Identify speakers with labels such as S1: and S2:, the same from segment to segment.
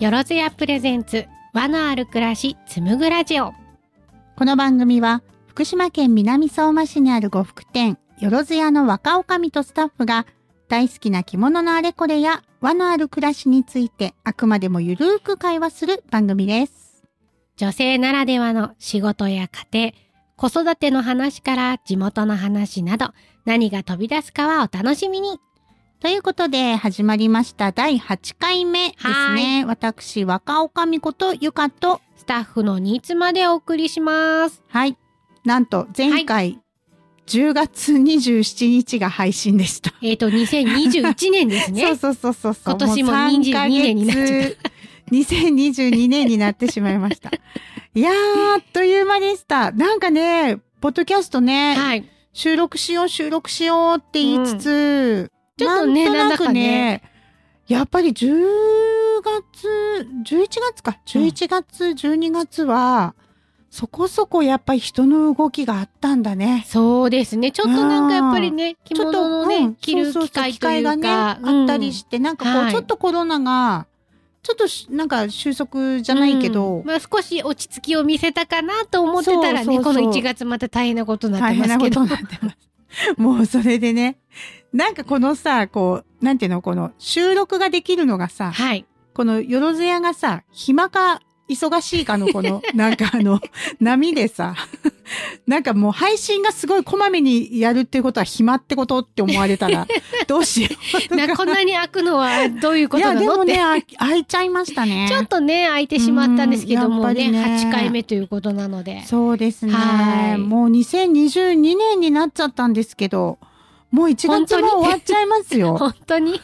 S1: よろずやプレゼンツ和のある暮らし紡ぐラジオ
S2: この番組は福島県南相馬市にある呉服店よろずやの若女将とスタッフが大好きな着物のあれこれや和のある暮らしについてあくまでもゆるーく会話する番組です。
S1: 女性ならではの仕事や家庭子育ての話から地元の話など何が飛び出すかはお楽しみに
S2: ということで始まりました第8回目ですね。私若女将ことゆかと
S1: スタッフのニーツまでお送りします
S2: はい。なんと前回、10月27日が配信でした。
S1: えっ、と2021年ですね
S2: そうそうそうそうそう。。
S1: 今年も22年になっちゃった
S2: 2022年になってしまい ました。いやー、あっという間でした。なんかね、ポッドキャストね、
S1: はい
S2: 収録しよう、収録しようって言いつつ、
S1: うんちょっとね
S2: なんと
S1: な
S2: な
S1: んだか
S2: くね
S1: ね、
S2: やっぱり10月、11月か、11月、12月は、そこそこやっぱり人の動きがあったんだね。
S1: そうですねちょっとなんかやっぱりね着
S2: ちょっと
S1: 物のね、
S2: うん
S1: 着る
S2: そうそう
S1: 機
S2: そう
S1: 会というか
S2: 機会がね、あったりして、なんかこう、
S1: はい
S2: ちょっとコロナが、ちょっとしなんか収束じゃないけ
S1: う
S2: ど、
S1: んまあ、少し落ち着きを見せたかなと思ってたらね
S2: そうそうそう
S1: この1月また大変なことになっ
S2: 大
S1: てます
S2: 変なこ
S1: けど
S2: とになって ます。もうそれでね、なんかこのさ、こう、なんていうの、この収録ができるのがさ、
S1: はい
S2: このよろずやがさ、暇か忙しいかの この、なんかあの、波でさ、 なんかもう配信がすごいこまめにやるっていうことは暇ってことって思われたら、どうしようと か。
S1: なこんなに開くのはどういうこ
S2: い
S1: と
S2: や、
S1: な
S2: で
S1: の
S2: も
S1: って、
S2: ね、あ開いちゃいましたね。
S1: ちょっとね開いてしまったんですけど
S2: うんやっ
S1: も
S2: ぱり
S1: ね
S2: ね
S1: 8回目ということなので
S2: そうですね
S1: は。い
S2: もう2022年になっちゃったんですけど、もう1
S1: 本当に
S2: 月も終わっちゃいますよ。
S1: 本当に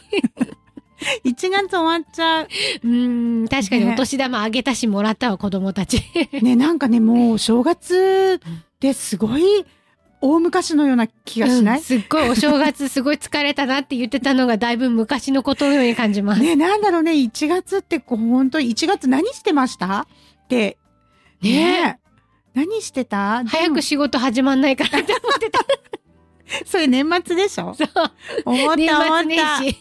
S2: 1月終わっちゃう。
S1: うーん確かに
S2: ね
S1: お年玉あげたしもらったわ子供たち
S2: ね、なんかね、もう正月ってすごい大昔のような気がしな
S1: う
S2: い
S1: ん、すっごいお正月すごい疲れたなって言ってたのがだいぶ昔のことのように感じます。ね
S2: ね、なんだろうね、1月ってこう本当に1月何してましたって、ね何し てた
S1: 早く
S2: し、
S1: 仕事始まんないからって思ってた。
S2: それ年末でしょ
S1: そう
S2: 思った思
S1: 年
S2: った
S1: 末。年始、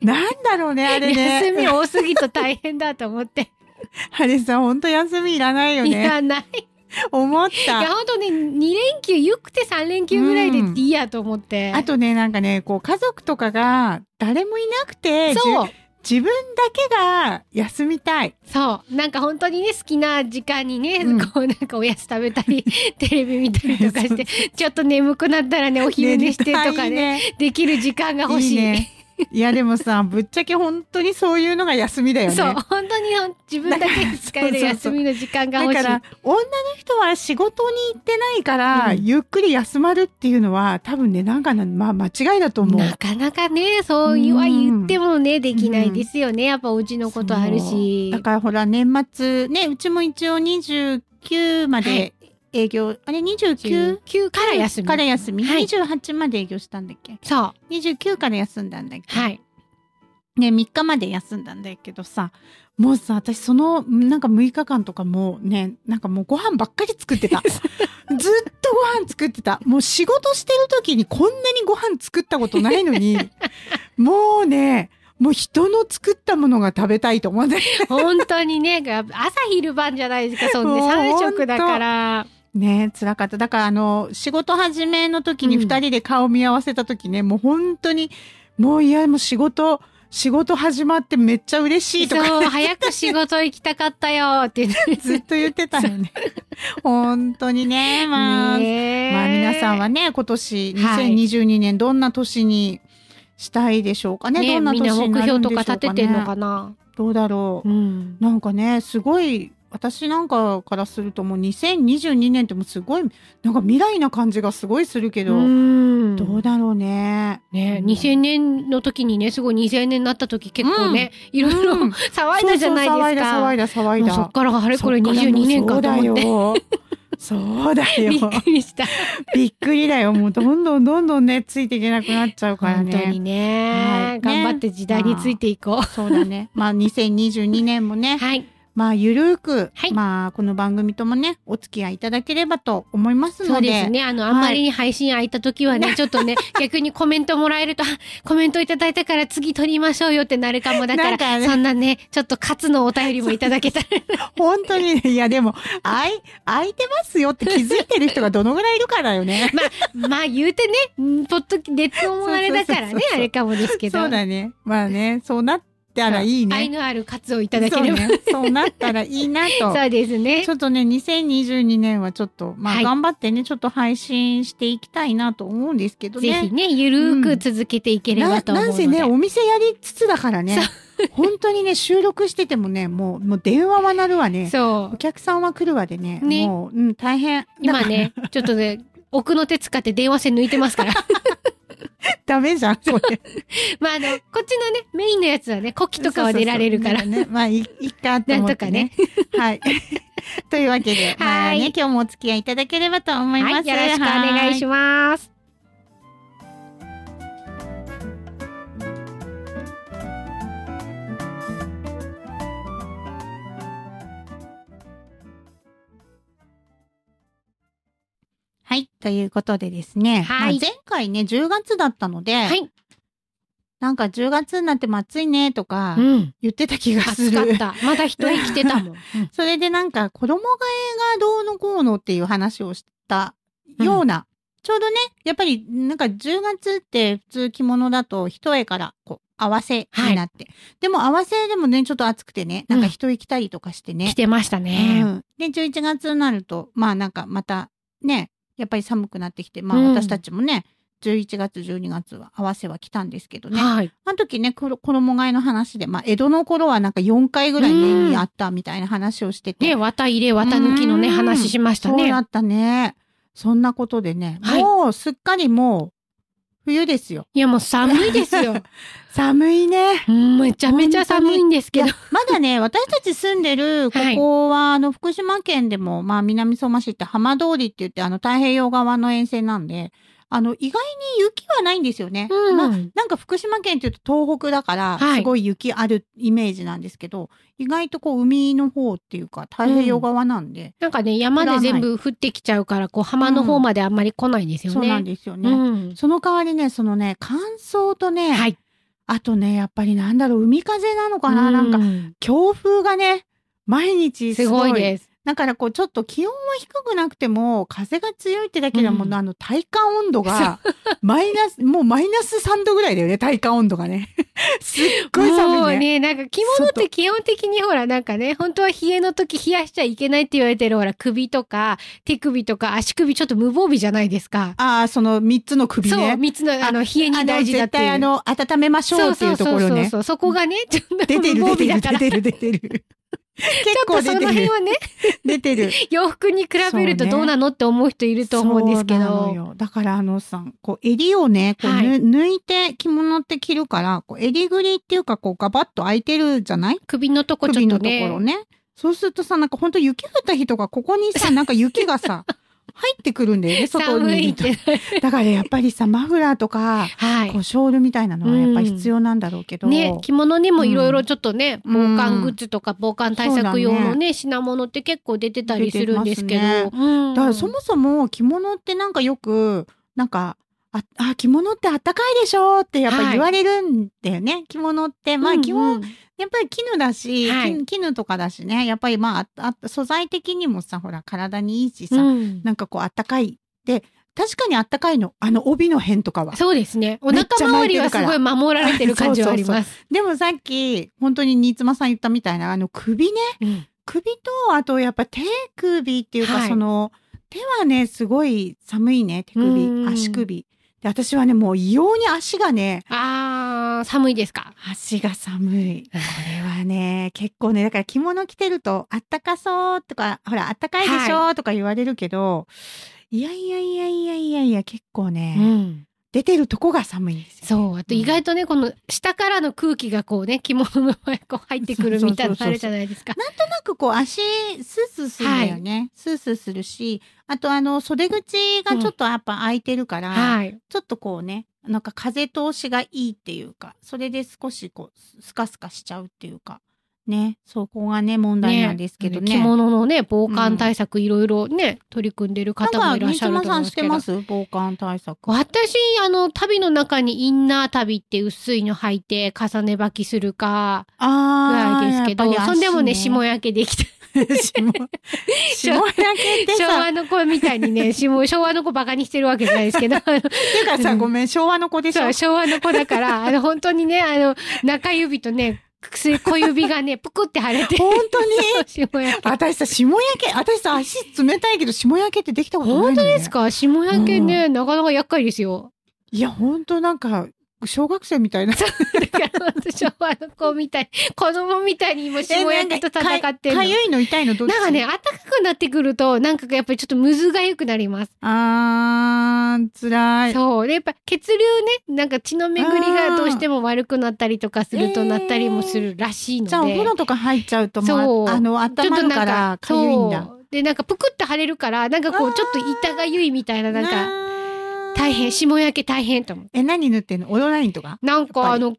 S2: なんだろうね、あれね。
S1: 休み多すぎと大変だと思って。
S2: あれさ、本当休みいらないよ
S1: い
S2: ね。
S1: や、ない。
S2: 思っ
S1: い
S2: た
S1: や、。ほんとね、2連休、ゆくて3連休ぐらいで
S2: うん
S1: いいやと思って。
S2: あとね、なんかね、こう、家族とかが、誰もいなくて、
S1: そう。
S2: じ自分だけが休みたい。
S1: そう。なんか本当にね、好きな時間にね、
S2: うん
S1: こうなんかおやつ食べた り、テレビ見たりとかして、ちょっと眠くなったらね、お昼寝してと
S2: ね
S1: かね、できる時間が
S2: 寝た
S1: 欲しい。
S2: いね。いや、でもさ、ぶっちゃけ本当にそういうのが休みだよ ね。
S1: そう、本当にほん自分だけに使える
S2: だから
S1: 休
S2: そうそうそう
S1: みの時間が
S2: だ
S1: 欲し
S2: か
S1: い。
S2: ら、女の人は仕事に行ってないか
S1: う
S2: ら、
S1: ん
S2: ゆっくり休まるっていうのは、多分ね、なんかな、まあ、間違いだと思う。
S1: なかなかね、そういうは言ってもね、できないですよね。やっぱお家のことあるし。
S2: だからほら、年末、ね、うちも一応29ま
S1: はい
S2: で営業、あれ 29?
S1: 9から休み。
S2: から休み。
S1: はい
S2: 28まで営業したんだっけ
S1: そう。
S2: 29から休んだんだっけ、
S1: はい。
S2: ね、3日まで休んだんだけどさもうさ私そのなんか6日間とかもうねなんかもうご飯ばっかり作っ てたずっとご飯作ってたもう仕事してる時にこんなにご飯作ったことないの にもうねもう人の作ったものが食べたいと思って
S1: 本当にね、 やっぱ朝昼晩じゃないですか、そんで
S2: もう
S1: 3食だから。
S2: ね辛かった。だから、あの、仕事始めの時に
S1: うん
S2: 二人で顔見合わせた時ね、もう本当に、もういや、もう仕事、仕事始まってめっちゃ嬉しいとか、
S1: そう、早く仕事行きたかったよってね。
S2: ずっと言ってたよね。本当にね、まあ、
S1: ねえ
S2: まあ皆さんはね、今年
S1: はい
S2: 2022年どんな年にしたいでしょうかね。
S1: ね、
S2: どんな
S1: みんな
S2: 年に
S1: 目
S2: なる
S1: 標
S2: ん
S1: と
S2: でしょ
S1: か
S2: うか、ね。
S1: 立ててんのかな。
S2: どうだろう
S1: う。ん。
S2: なんかね、すごい、私なんかからするともう2022年ってもうすごい、なんか未来な感じがすごいするけど、
S1: うん
S2: どうだろうね。
S1: ね、
S2: うん
S1: 2000年の時にね、すごい2000年になった時結構ね、いろいろ
S2: うん
S1: 騒いだじゃないですか。
S2: そうそう騒いだ騒いだ騒い
S1: もうそ
S2: だ
S1: っ。からあれこれ
S2: そっから
S1: 22年かと思って。
S2: もうそうだ よ。
S1: び
S2: そう
S1: っ
S2: だよ。
S1: くりした。
S2: びっくりだよ。もうどんどんどんどんね、ついていけなくなっちゃうから
S1: 本当に
S2: ね。
S1: ね、
S2: はい
S1: 頑張って時代についていこう。
S2: そうだね。まあ2022年もね、
S1: はい。
S2: まあ、ゆるーく、
S1: はい
S2: まあ、この番組ともね、お付き合いいただければと思います
S1: そ
S2: の
S1: う
S2: で。
S1: ですね。あの、あんまりに配信空いた時は ね、ちょっとね、逆にコメントもらえると、あコメントいただいたから次撮りましょうよってなるかも。だから、
S2: なんかね
S1: そんなね、ちょっと勝つのお便りもいただ けたら。。
S2: 本当に、いや、でも、あい、空いてますよって気づいてる人がどのぐらいいるかだよね
S1: まあ、まあ言うてね、うんポッドキ、ネットもあれだから
S2: そうそ
S1: ね
S2: うそう、そ
S1: あ
S2: う
S1: れかもですけど。
S2: そうだね。まあね、そうなったらいい
S1: 愛
S2: ね。
S1: のある活をいただければ。
S2: そう,、ね、そうなったらいいなと。
S1: そうですね
S2: ち。ょっとね、2022年はちょっと、ま
S1: は
S2: あ
S1: い
S2: 頑張ってね、ちょっと配信していきたいなと思うんですけど
S1: ぜ
S2: ね
S1: ひ。ね、ゆるーく続けていければ
S2: な
S1: と思う
S2: な
S1: の
S2: ん
S1: で。
S2: せね、お店やりつつだからね、本当にね、収録しててもね、もう、もう電話は鳴るわね、
S1: そ
S2: お
S1: う。
S2: 客さんは来るわでね、
S1: ね
S2: もう、うん、大変。
S1: 今
S2: だから。
S1: ね、ちょっとね、奥の手使って電話線抜いてますから。
S2: ダメじゃん、それ。
S1: まあ、あの、こっちのね、メインのやつはね、コキとかは出られるから。
S2: そうそうそうねまあ、いいっかと思って、ね。 はい。というわけで、まあ
S1: は
S2: ね
S1: い、
S2: 今日もお付き合いいただければと思います。
S1: はい、よろしくお願いし
S2: ま
S1: ます。
S2: す。はい。ということでですね、
S1: はい
S2: まあ前回ね、10月だったので、
S1: はい。
S2: なんか10月になっても暑いねとか
S1: うん。
S2: 言ってた気がす
S1: 暑かっ
S2: る。
S1: た。まだ人生きてた もん。
S2: それでなんか子供がえがどうのこうのっていう話をしたような、ちょうどね、やっぱりなんか10月って普通着物だと一重からこう合わせになって、でも合わせでもね、ちょっと暑くてね、なんか人行きたりとかして
S1: 来
S2: ね。
S1: てました
S2: う
S1: ね。
S2: んで、11月になると、まあなんかまたね、やっぱり寒くなってきて、ま
S1: う
S2: あ
S1: ん
S2: 私たちもね、11月、12月は合わせは来たんですけどね。
S1: はい。
S2: あの時ね、ころ衣替えの話で、まあ、江戸の頃はなんか4回ぐらい
S1: うん
S2: 年にあったみたいな話をしてて。
S1: ね、綿入れ、綿抜きのね、
S2: うん
S1: 話しました
S2: そうだ
S1: ね。
S2: ったね。そんなことでね、
S1: はい
S2: もうすっかりもう、冬ですよ。
S1: いや、もう寒いです よ。
S2: 寒いね。
S1: うんめちゃめちゃ寒いんです
S2: い
S1: け
S2: や
S1: ど。、
S2: ま だね、私たち住んでる、こ
S1: はい
S2: こは、あの、福島県でも、まあ、南相馬市って浜通りって言って、あの、太平洋側の沿線なんで、あの、意外に雪はないんですよね。
S1: うん
S2: まあなんか福島県っていうと東北だから、
S1: はい
S2: すごい雪あるイメージなんですけど、意外とこう海の方っていうか太平洋側なんで、
S1: なんかね、山で全部降ってきちゃうから、こう、浜の方まであんまり来ないんですよね。
S2: そうなんですよね。
S1: うん
S2: その代わりね、そのね、乾燥とね、
S1: はい。
S2: あとね、やっぱりなんだろう、海風なのかな、なんか、
S1: か、
S2: 強風がね、毎日す
S1: す
S2: ご
S1: ご
S2: い。
S1: いです。
S2: だからこう、ちょっと気温は低くなくても、風が強いってだけでも、
S1: うん
S2: あの、体感温度が、 マイナス、もうマイナス3度ぐらいだよね、体感温度がね。 すっごい
S1: も
S2: 寒
S1: う
S2: いね。
S1: ね、なんか着物って基本的にほら、なんかね、本当は冷えの時冷やしちゃいけないって言われてるほら、首とか手首とか足首ちょっと無防備じゃないですか。
S2: ああ、その3つの首ね。
S1: そう、三つの、あの、冷えに大事だっていう。
S2: あの、絶対あの、温めましょうっていうとこ
S1: そ
S2: ろ
S1: うそうそう
S2: ね
S1: そ。う。そこがね、ちょっと
S2: 出てる、
S1: 無防
S2: 出て
S1: 備
S2: る、
S1: だから。ち
S2: 出てる、出 てる。結
S1: ょっと
S2: 構出
S1: その
S2: て
S1: 辺
S2: る、
S1: はね、
S2: 出てる。
S1: 洋服に比べると
S2: そうね
S1: どうなのって思う人いると思うんですけ
S2: そうなの
S1: ど。
S2: よだからあのさ、こう襟をね、こうぬ、
S1: はい
S2: 抜いて着物って着るから、こう襟ぐりっていうかこうガバッと開いてるじゃない
S1: 首のとこちょ
S2: 首
S1: っ
S2: の
S1: と
S2: ところ
S1: ね。
S2: ね。そうするとさ、なんかほんと雪降った日とか、ここ にさ、なんか雪がさ、入ってくるんだよね、外
S1: 寒
S2: に
S1: い
S2: い
S1: っ
S2: ると
S1: て。
S2: だからやっぱりさ、マフラーとか、
S1: は
S2: こ
S1: い。
S2: うショールみたいなのはやっぱり必要なんだろうけど。
S1: ね、着物にもいろいろちょっとね、
S2: うん
S1: 防寒グッズとか防寒対策用のね、品物って結構出てたりするんですけど。
S2: 出てま
S1: うん
S2: だからそもそも着物ってなんかよく、なんか、あ、あ、着物ってあったかいでしょってやっぱ
S1: はい
S2: り言われるんだよね。着物って、ま
S1: う
S2: あ
S1: んうん
S2: 基本、やっぱり絹だし、
S1: はい
S2: 絹絹とかだしね、やっぱりまあああ、素材的にもさ、ほら体にいいしさ、
S1: うん
S2: なんかこうあったかい。で、確かにあったかいの、あの帯の辺とかは。
S1: そうですね。お
S2: めっ
S1: 腹
S2: ちゃ
S1: 周り
S2: 巻いて
S1: は
S2: る
S1: す
S2: から
S1: ごい守られてる感じはあります。
S2: でもさっき、本当に新妻さん言ったみたいな、あの首ね、
S1: うん
S2: 首と、あとやっぱ手首っていうか、
S1: はい
S2: その、手はね、すごい寒いね、手首、
S1: うん
S2: 足首。で、私はね、もう異様に足がね、
S1: あー、寒いですか
S2: 足が寒い。これはね、結構ね、だから着物着てると、あったかそうとか、ほら、あったかいでしょとか言われるけど、い、やいやいやいやいやいや、結構ね、
S1: うん。
S2: 出てるとこが寒いんですよ。
S1: そう。あと意外とね、この下からの空気がこうね、着物の前にこう入ってくるみたいなのあるじゃないですか。
S2: なんかこう足、スースーするんだよね。スースーするし、あとあの、袖口がちょっとやっぱ開いてるから、
S1: はい。
S2: ちょっとこうね、なんか風通しがいいっていうか、それで少しこう、ススカスカしちゃうっていうか、ね、そこがね、問題なんですけどね。
S1: 着物のね、防寒対策いろいろね、取り組んでる
S2: なん
S1: 方も
S2: か、
S1: いらっ
S2: 三
S1: しゃると
S2: 島
S1: 思
S2: さ
S1: うん
S2: ん
S1: で
S2: し
S1: すけ
S2: て
S1: ど。
S2: ます防寒対策。
S1: 私、あの、旅の中にインナー旅って薄いの履いて重ね履きするか、ぐ
S2: あ
S1: ら
S2: あ、
S1: いですけど、
S2: やっぱり足
S1: そんでもね、霜焼けできた。
S2: 霜霜焼け って
S1: 昭
S2: さ、っ
S1: 和の子みたいに ね、霜昭和の子バカにしてるわけじゃないですけど、あの
S2: ていうかさ、ごめん、昭和の子でし
S1: そ
S2: ょ
S1: う、昭和の子だから、あの、本当にね、あの、中指とね、薬小指がね、ぷくって腫れて。
S2: 本当に
S1: そう霜焼け。
S2: 私さ、霜焼け、私さ、足冷たいけど、霜焼けってできたことないの、
S1: 本
S2: ね、
S1: 当ですか霜焼けね、なかなか厄介ですよ。
S2: いや、本当なんか、小学生みたいな。
S1: だから、昭和の子みたい、子供みたいに今霜焼けと戦ってるの。
S2: かかゆいの痛いのどっち
S1: なんか ね、暖かくなってくると、なんかやっぱりちょっとむずがゆくなります。
S2: あー、辛い。
S1: そう。で、やっぱ血流ね、なんか血の巡りがどうしても悪くなったりとかすると
S2: うん
S1: なったりもするらしいので。
S2: じゃあ、お風呂とか入っちゃうと、
S1: そ
S2: も
S1: う
S2: う、あの、
S1: ち
S2: 温
S1: ょっ
S2: ま
S1: と
S2: る
S1: な
S2: か
S1: ん
S2: ら
S1: か、、
S2: かゆいんだ。
S1: そう。で、なんかぷくって腫れるから、なんかこ
S2: あ
S1: う、
S2: ー
S1: ちょっと痛がゆいみたいな、なんか、
S2: か
S1: 大変、。霜焼け大変と思う。
S2: え、何塗ってんのオロナインとか
S1: なんか
S2: や
S1: あ
S2: っぱり
S1: の、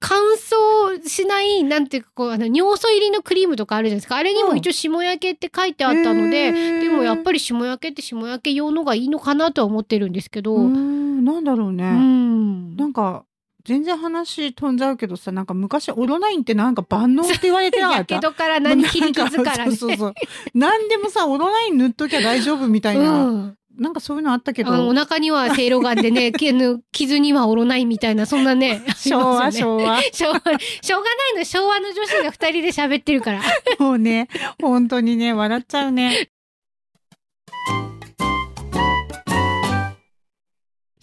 S1: 乾燥しない、なんていうか、こう、あの、尿素入りのクリームとかあるじゃないですか。あれにも
S2: うん
S1: 一応霜焼けって書いてあったので、でもやっぱ
S2: り。
S1: り霜焼けって霜焼け用のがいいのかなとは思ってるんですけど。
S2: うー、
S1: うん
S2: なんだろうね。
S1: ん。
S2: なんか、全然話飛んじゃうけどさ、なんか昔、オロナインってなんか万能って言われてなか
S1: や
S2: っ
S1: け
S2: た
S1: どから何切り
S2: なん
S1: 傷からね。
S2: そうそうそう。何でもさ、オロナイン塗っときゃ大丈夫みたいな。
S1: うん。
S2: なんかそういうのあったけ
S1: あのお
S2: ど、
S1: 腹にはせいろがんでね、けぬ傷にはおろないみたいな、そんなね。
S2: 昭
S1: あり
S2: 和、
S1: ますよね
S2: 昭和。
S1: しょうがしょうがないの、昭和の女子が二人で喋ってるから。
S2: もうね、本当にね、笑っちゃうね。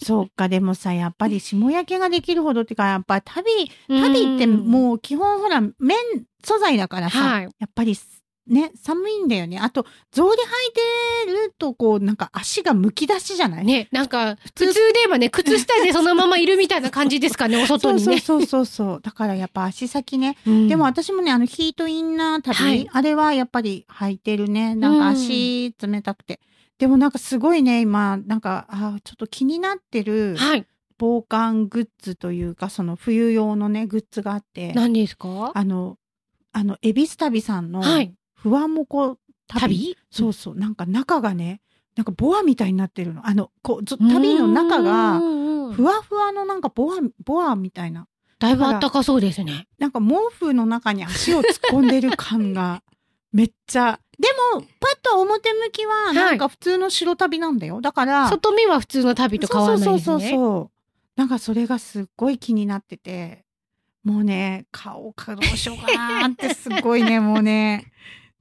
S2: そうか、でもさ、やっぱり霜焼けができるほどっていうか、やっぱ旅、旅って
S1: う
S2: もう基本ほら、綿素材だから
S1: ん、
S2: さ、
S1: はい。
S2: やっぱりね、寒いんだよね。あと、草履履いてるとこう、なんか足がむき出しじゃない
S1: ね、なんか、普通で言えばね、靴下でそのままいるみたいな感じですかね、お外
S2: そう
S1: に
S2: そう
S1: ね。
S2: そうそうそう。だからやっぱ足先ね。
S1: うん
S2: でも、私もね、あのヒートインナー旅、
S1: はい
S2: あれはやっぱり履いてるね。なんか足冷たくて。でもなんかすごいね、今、なんか、あーちょっと気になってる
S1: はい。
S2: 防寒グッズというか、その冬用のね、グッズがあって、
S1: 何ですか
S2: あの、あの、恵比寿旅さんの、
S1: はい。
S2: ふわもこ旅。
S1: 旅
S2: そうそう。なんか中がね、なんかボアみたいになってるの。あの、こう、ず旅の中
S1: う
S2: が、
S1: んうん
S2: ふわふわのなんかボア、ボアみたいな。
S1: だいぶあったかそうですね。
S2: なんか毛布の中に足を突っ込んでる感がめっちゃ。でも、パッと表向き
S1: は
S2: はいなんか普通の白旅なんだよ。だから、
S1: 外見は普通の旅と変わらない
S2: そう
S1: で
S2: そ
S1: す
S2: うそう
S1: ね。
S2: そう。なんかそれがすっごい気になってて、もうね、顔かどうしようかなってすごい ね、もうね、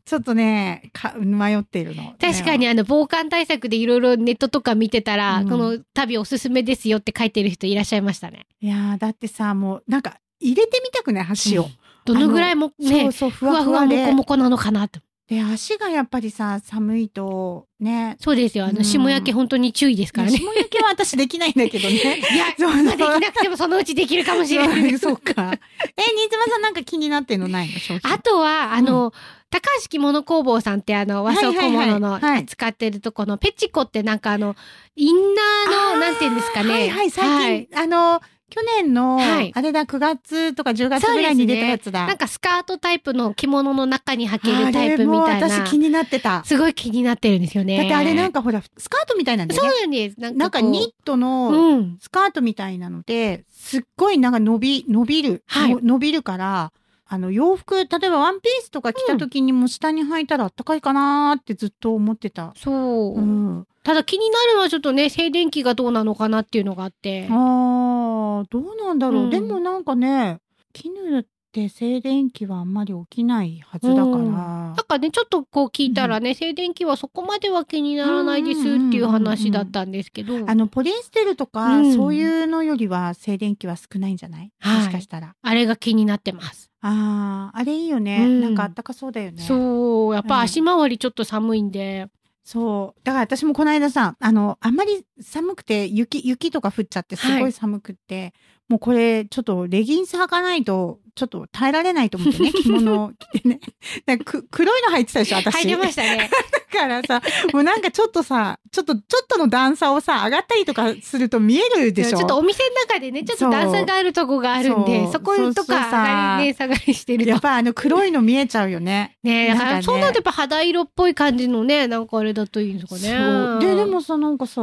S2: ちょっとね、か迷っているの。
S1: 確かに
S2: ね
S1: あの防寒対策でいろいろネットとか見てたら、
S2: うん
S1: この旅おすすめですよって書いてる人いらっしゃいましたね。
S2: いやーだってさ、もうなんか入れてみたくない、足を。
S1: どのぐらいも
S2: そ
S1: ね
S2: う、そう、ふ
S1: ふわ
S2: わ
S1: ふ
S2: ふ
S1: わ
S2: わで
S1: もこもこなのかなと。
S2: で、足がやっぱりさ、寒いと、ね、
S1: そうですよ。あ
S2: う
S1: の、
S2: ん
S1: 霜焼け本当に注意ですからね。
S2: 霜焼けは私でき ないんだけどね。
S1: いや、
S2: そう
S1: 今できなくてもそのうちできるかもしれないです。
S2: そうか。 え、新妻さんなんか気になってんのないの商品。
S1: あとは、あの、高橋着物工房さんってあの、和装小物
S2: は
S1: の
S2: いはいはい
S1: 使ってるとこのペチコってなんかあの、インナー
S2: あー
S1: の、なんていうんですかね。
S2: はいはい、最近、あの、去年の、
S1: はい
S2: あれだ、9月とか10月ぐらいに出たやつだ。
S1: なんかスカートタイプの着物の中に履け
S2: あ
S1: る
S2: れ
S1: タイプみたい
S2: もう
S1: な
S2: 私。気になってた。
S1: すごい気になってるんですよね。
S2: だってあれなん
S1: か、
S2: かほら、スカートみたいなんだ
S1: そ
S2: よ
S1: うな
S2: ね。
S1: んです。なん
S2: なんか
S1: こう
S2: ニットの
S1: うん。
S2: スカートみたいなので、すっごいなんか伸び、伸びる。
S1: はい
S2: の伸びるから、あの洋服、例えばワンピースとか着た時にも下に履いたらあったかいかなーってずっと思ってた。
S1: そう。
S2: うん。
S1: ただ気になるのはちょっとね、静電気がどうなのかなっていうのがあって。
S2: ああ、どうなんだろう。
S1: うん
S2: でもなんかね、絹って静電気はあんまり起きないはずだから。
S1: うんなんかね、ちょっとこう聞いたらね、静電気はそこまでは気にならないですっていう話だったんですけど、
S2: あの、ポリエステルとか、
S1: うん
S2: そういうのよりは静電気は少ないんじゃない、
S1: はい
S2: もしかしたら。
S1: あれが気になってます。
S2: ああ、あれいいよね。
S1: うん
S2: なんかあったかそうだよね。そう。
S1: そう、やっ
S2: う
S1: ぱ
S2: ん
S1: 足回りちょっと寒いんで、
S2: だから私もこの間さ、あの、あんまり寒くて、雪、雪とか降っちゃって、す
S1: は
S2: ご
S1: い
S2: い寒くって、もうこれ、ちょっとレギンス履かないと、ちょっと 耐えられないと思ってね、着物を着てね。なんかく黒いの履いてたでしょ、私。
S1: 入れましたね。
S2: からさ、 もうなんかちょっとさ、ちょっと、ちょっとの段差をさ、上がったりとかすると見えるでしょ
S1: ちょっとお店の中でね、ちょっと段差があるとこがあるんで、
S2: そう
S1: そことか上がりね、下がりしてる
S2: やっ
S1: と。
S2: ぱあの黒いの見えちゃうよね。
S1: ねだか
S2: なんからね
S1: そうなるとやっぱ肌色っぽい感じのね、なんかあれだといいんですかね。
S2: そう。で、でもさ、なんかさ、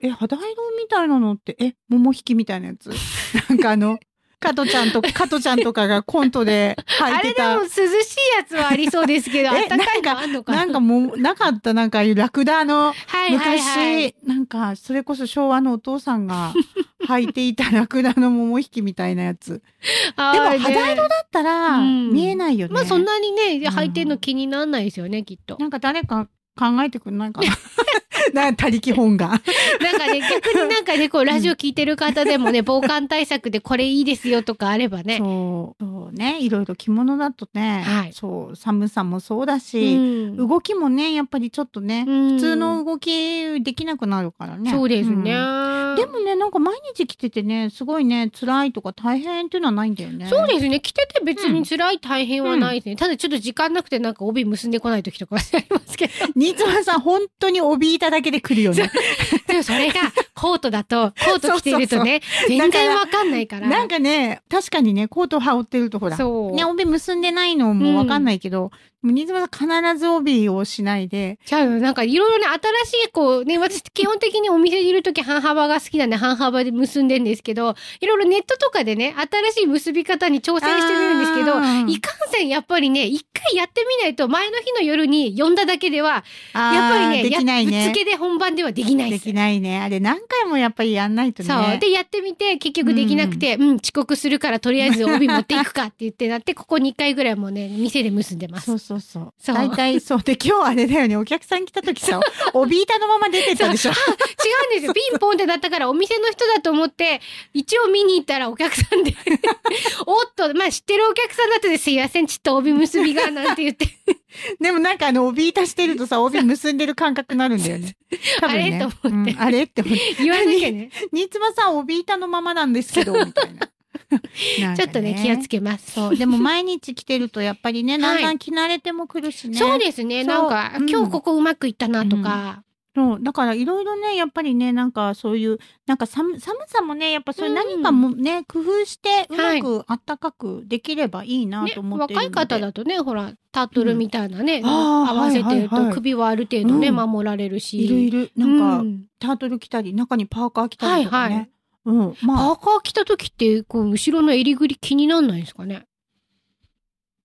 S2: え、肌色みたいなのって、え、桃引きみたいな やつなんかあの、加トちゃんと、 加トちゃんとかがコントで
S1: あ
S2: 履い
S1: れで
S2: て
S1: も
S2: た
S1: 涼。しいやつはありそうですけど、
S2: え
S1: 暖かいのあんのか
S2: なんかもう、なかった、なんかああいうラクダの、
S1: はいはい
S2: 昔、
S1: はい。
S2: なんか、それこそ昭和のお父さ んが履いていたラクダの桃引きみたいなやつ。でも
S1: あーね
S2: 肌色だったら、
S1: うん
S2: 見えないよね。
S1: まあそんなにね、
S2: うん
S1: 履いてんの気にならないですよね、きっと。
S2: なんか誰か考えてくんないか な。なんか、他力本願。
S1: なんかね、逆になんかね、こう、ラジオ聞いてる方でも ね、防寒対策でこれいいですよとかあればね。
S2: そうそうねいろいろ着物だとね、
S1: はい
S2: そう寒さもそうだ
S1: う
S2: し、
S1: ん
S2: 動きもねやっぱりちょっとね、
S1: 普
S2: 普通の動きできなくなるからね
S1: そうですね。
S2: うんでもねなんか毎日着ててねすごいね辛いとか大変っていうのはないんだよね
S1: そうですね。着てて別に辛い大変はないですね。ただちょっと時間なくてなんか帯結んでこない時とかはありますけど。
S2: 新妻さん本当に怯いただけで来るよね
S1: でもそれがコートだと、コート着てるとね、全然わかんないから。
S2: なんかね確かにねコート羽織ってるとほら
S1: そう。
S2: ね、帯結んでないのもわかんないけど、もう新妻さん必ず帯をしないで、
S1: じゃあ、なんかいろいろね、新しい、こう、ね、私基本的にお店にいるとき半幅が好きなんで半幅で結んでんですけど、いろいろネットとかでね、新しい結び方に挑戦してみるんですけど
S2: あ、ー
S1: いかんせんやっぱりね、一回やってみないと前の日の夜に呼んだだけでは、
S2: あー
S1: やっぱりね、
S2: できない
S1: や
S2: ね
S1: ぶっつけで本番ではできないで
S2: ですき。ないね。あれ何回もやっぱりやんないとね。
S1: そう。で、やってみて、結局できなくて、うん、遅刻するから、とりあえず帯持っていくかって言ってなって、ここ2回ぐらいもうね、店で結んでます
S2: そ。うそうそう。
S1: そう
S2: 大体そう。で、今日あれだよね。お客さん来た時さ、帯板のまま出てったでしょ。
S1: 違うんですよ。ピンポンってなったから、お店の人だと思って、一応見に行ったらお客さん で、おっと、まあ知ってるお客さんだったんですいません、ちょっと帯結びが、なんて言って、
S2: でもなんかあの、帯板してるとさ、帯結んでる感覚になるんだ よね。多分
S1: あ
S2: ね。
S1: れと思って
S2: うんあれって思って。
S1: 言わなきゃね。
S2: 新妻さん、帯板のままなんですけど、みたいな。なんか
S1: ちょっとね、気をつけます。
S2: そう。でも毎日着てると、やっぱりね、
S1: い
S2: だんだん着慣れても来るしね。
S1: そうですね。
S2: そう
S1: なんか、
S2: うん
S1: 今日ここうまくいったなとか。
S2: そう、だからいろいろね、やっぱりね、なんかそういう、なんか寒寒さもね、やっぱそういう
S1: うん
S2: 何かもね、工夫して、う
S1: は
S2: ま
S1: い
S2: くあったかくできればいいな
S1: ね
S2: と思っている
S1: 若
S2: ので、
S1: い方だとね、ほら、タートルみたいなね、
S2: んあー
S1: 合わせてる
S2: はいはい
S1: と
S2: はい
S1: 首はある程度ね、
S2: うん
S1: 守られるし。
S2: いるいる、なんか、
S1: うん
S2: タートル着たり、中にパーカー着たりとか
S1: は
S2: ね。
S1: いはい
S2: うん、ま
S1: パ
S2: あ、
S1: ーカー着た時って、こう、後ろの襟ぐり気になんないんですかね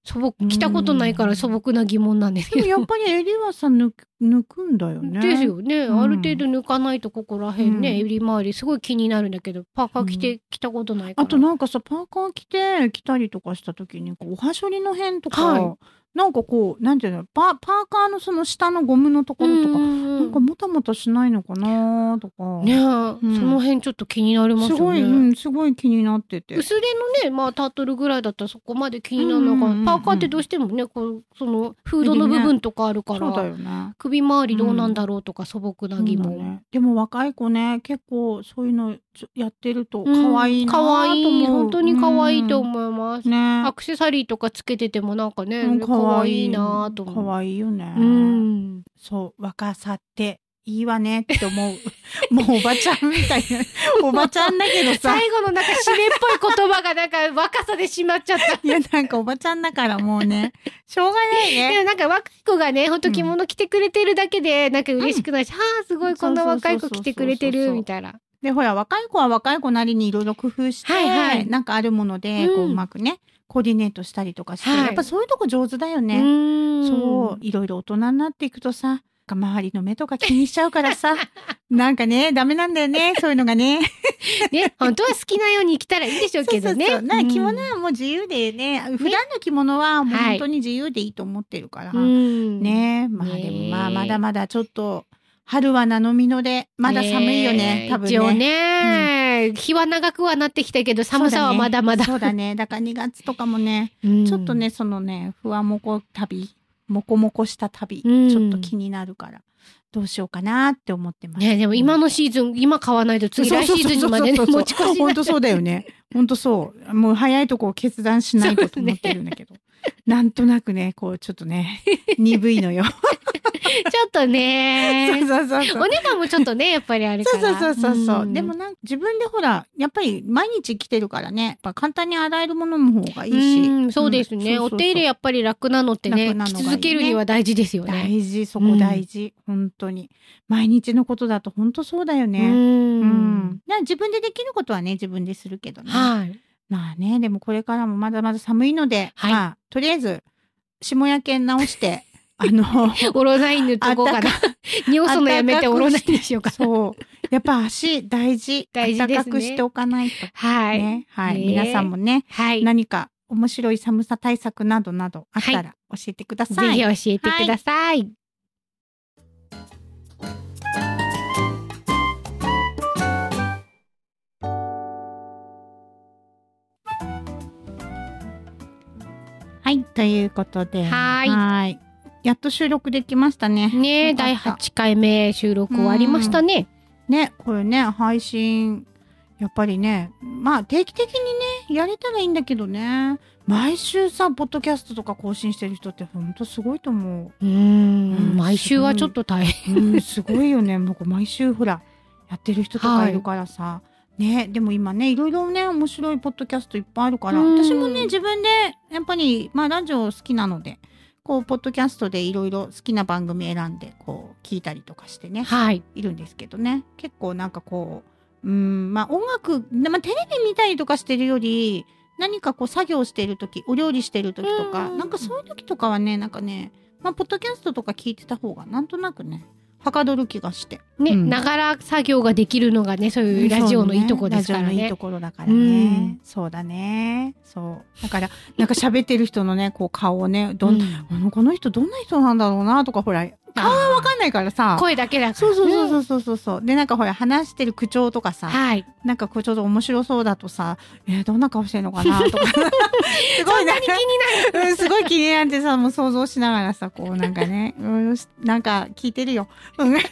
S1: 素朴、着たことないから素朴な疑問なんです
S2: で
S1: け
S2: もやっ
S1: ど。
S2: ぱり襟はさ、抜く抜くんだよね。
S1: ですよね。
S2: うん
S1: ある程度抜かないとここら辺ね、
S2: うん
S1: 襟周りすごい気になるんだけど、パーカー着て、着たことないから。
S2: あとなんかさ、パーカー着て、着たりとかした時に、こう、おはしょりの辺とか、
S1: は
S2: なんかこう、なんていうの、パパーカーのその下のゴムのところとか、
S1: な
S2: なんかもたもたしないのかなとか。
S1: ねえ、そ
S2: ん
S1: の辺ちょっと気になりますすよ
S2: ごい、
S1: ね。
S2: うん、すごい気になってて。
S1: 薄手のね、まあ、タートルぐらいだったらそこまで気になるの
S2: うん
S1: が
S2: うんうんうん
S1: パーカーってどうしてもね、こう、その、フードの部分とかあるか
S2: そうだ
S1: ら、
S2: よね。
S1: 首周りどうなんだろうとか素朴な疑
S2: そうだ
S1: 問。
S2: ねでも若い子ね、結構そういうのちょやってると
S1: うん
S2: 可愛いなと
S1: 可
S2: 思う。
S1: 愛い本当に可愛いと
S2: う
S1: 思います。
S2: ん。ね
S1: ア。クセサリーとかつけててもなんかね、
S2: うん
S1: 可愛いなと思う。
S2: 可愛いよね。
S1: うん。
S2: そう、若さっていいわねって思う。もう おばちゃんみたいな。 おばちゃんだけどさ。
S1: 最後のなんか締めっぽい言葉がなんか若さでしまっ ちゃった。
S2: いや、なんかおばちゃんだからもうね、しょうがない
S1: で
S2: ね。
S1: もなんか若い子がね、ほんと着物着てくれてるだけで、なんか嬉しくないし、はあ、すごい、こんな若い子着てくれて
S2: そうそうそう
S1: る、
S2: そう
S1: みたいな。
S2: で、ほら、若い子は若い子なりにいろいろ工夫して、
S1: はいはい
S2: なんかあるもので、こ
S1: う
S2: う、
S1: ん
S2: うまくね、コーディネートしたりとかして、
S1: はい
S2: やっぱそういうとこ上手だよね。
S1: ね
S2: そう、いろいろ大人になっていくとさ、周りの目とか気にしちゃうか らさ、なんかね、ダメなんだよね、そういうのがね。
S1: ね、本当は好きなように生きたらいいでしょうけどね。
S2: そうそうそうなんか着物
S1: う
S2: はもう自由でね、普段の着物はもう本当に自由でいいと思ってるから。
S1: ん。
S2: ねまあ
S1: ね
S2: でもまあまだまだちょっと、春はなのみので、まだ寒いよね、多分
S1: 一応
S2: ね。
S1: ね、日は長くはなってきたけど、寒さはまだまだ。
S2: そうだね。だから2月とかもね、
S1: うん
S2: ちょっと。ね、そのね、ふわもこ旅、もこもこした旅、
S1: うん
S2: ちょっと気になるから、どうしようかなって思ってます。
S1: ね、でも今のシーズン、今買わないと次来シーズンにまでね
S2: そうそうそうそう
S1: 持ち越しにな
S2: 本
S1: っちゃ
S2: 当
S1: う
S2: そうだよね。本当そう。もう早いとこを決断 しないとと思ってるんだけど。なんとなくね、こう、ちょっとね、鈍いのよ。
S1: ちょっと
S2: そう
S1: ね。
S2: そうそうそう
S1: お値段もちょっとね、やっぱりあれか
S2: そう
S1: ら。
S2: そうそうそうそう、
S1: ん
S2: でもなんか自分でほらやっぱり毎日着てるからねやっぱ簡単に洗えるものの方がいいし、
S1: うんそうですね、
S2: うんそうそうそ
S1: お
S2: う
S1: 手入れやっぱり楽なのってね
S2: 楽なのがいいね
S1: 着続けるには大事ですよね。
S2: 大事そこ大事、本当に毎日のことだと本当そうだよ
S1: う
S2: ね、うん
S1: ん、
S2: だから自分でできることはね自分でするけどね、
S1: はい。
S2: まあねでもこれからもまだまだ寒いので、
S1: はい
S2: まあとりあえず下焼け直して あの
S1: オロナイン塗っとこうか な。尿素のやめてオロナインにしようかな。
S2: そうやっぱ足大事
S1: 大事ですね
S2: 暖かくしておかないと
S1: はい。
S2: ねはい、
S1: ね
S2: 皆さんもね
S1: はい。ぜ
S2: 何か面白い寒さ対策などなどあったら教えてください。
S1: ひ教えてください。
S2: はい、ということで。
S1: はい
S2: いやっと収録できましたね。
S1: ね
S2: よかった
S1: 第8回目収録終わりましたね。
S2: ね、これね、配信、やっぱりね、まあ定期的にね、やれたらいいんだけどね、毎週さ、ポッドキャストとか更新してる人ってほんとすごいと思
S1: うー
S2: うん
S1: ん、毎週はちょっと大変。
S2: う。うん、すごいよね。 僕毎週ほら、やってる人とかいるからさ。ね、でも今ねいろいろね面白いポッドキャストいっぱいあるから、
S1: うん
S2: 私もね自分でやっぱりまあラジオ好きなのでこうポッドキャストでいろいろ好きな番組選んでこう聞いたりとかしてね
S1: はい。
S2: いるんですけどね結構なんかこううんまあ音楽、まあ、テレビ見たりとかしてるより何かこう作業してる時お料理してる時とか
S1: うん
S2: なんかそういう時とかはねなんかね、まあ、ポッドキャストとか聞いてた方がなんとなくねはかどる気がして
S1: ね、
S2: うん
S1: ながら作業ができるのがね、そういうラジオのいいとこですから
S2: ラジオのいい
S1: ね
S2: と。ころだからね、
S1: うん
S2: そうだねそうだからなんか喋ってる人のねこう顔をねどん、
S1: うん
S2: あのこの人どんな人なんだろうなとかほら顔はわかんないからさ
S1: 声だけだから。
S2: そうそうそう
S1: う
S2: そうそうそうそうでなんかほら話してる口調とかさ、
S1: ん。はい。
S2: なんかこうちょっと面白そうだとさ、えーどんな顔してるのかなと か。すごいね。気になる。うん、すごい気になってさ、もう想像しながらさ、こうなんか ね、うんなんか聞いてるよ。うん
S1: ね、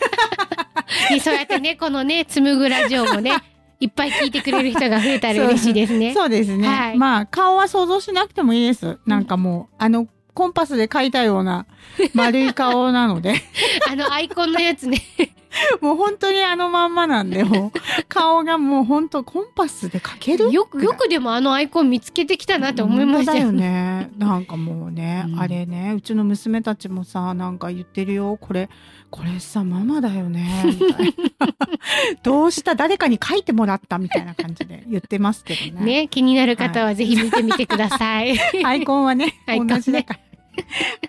S1: そうやってね、このね、紡ぐラジオも ね、いっぱい聞いてくれる人が増えたら嬉しいですね。
S2: そうですね。
S1: はい
S2: まあ、顔は想像しなくてもいいです。なんかもう、あの、コンパスで描いたような丸い顔なので、
S1: あのアイコンのやつね。
S2: もう本当にあのまんまなんで、もう、顔がもう本当コンパスで描ける
S1: よく、よくでもあのアイコン見つけてきたなって思いましたよ。
S2: 本当だよね。なんかもうね、
S1: うん
S2: あれね、うちの娘たちもさ、なんか言ってるよ。これ、これさ、ママだよね。みたい などうした誰かに書いてもらったみたいな感じで言ってますけどね。
S1: ね、気になる方はぜひ見てみてください。
S2: アイコンはね、
S1: アイコンね
S2: 同じだから。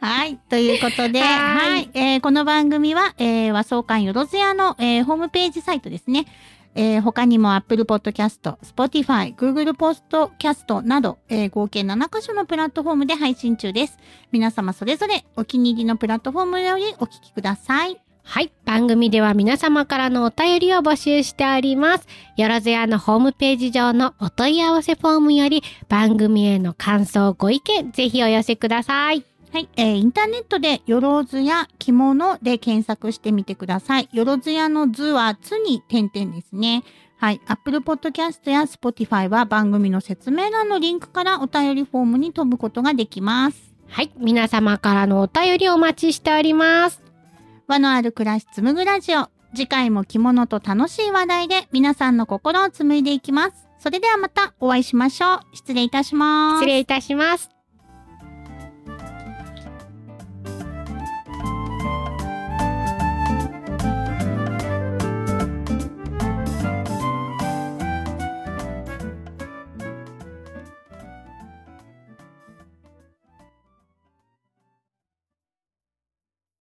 S2: はい。ということで、
S1: は
S2: はい
S1: い
S2: えーこの番組は、えー和装館よろずやの、えーホームページサイトですね。えー他にも Apple Podcast、Spotify、Google Podcast など、えー合計7カ所のプラットフォームで配信中です。皆様それぞれお気に入りのプラットフォームよりお聞きください。
S1: はい。番組では皆様からのお便りを募集しております。よろずやのホームページ上のお問い合わせフォームより番組への感想、ご意見、ぜひお寄せください。
S2: はい、えーインターネットで、よろずや着物で検索してみてください。よろずやの図は、つに点々ですね。はい、Apple Podcast や Spotify は番組の説明欄のリンクからお便りフォームに飛ぶことができます。
S1: はい。皆様からのお便りをお待ちしております。
S2: 和のある暮らしつむぐラジオ。次回も着物と楽しい話題で皆さんの心を紡いでいきます。それではまたお会いしましょう。失礼いたします。
S1: 失礼いたします。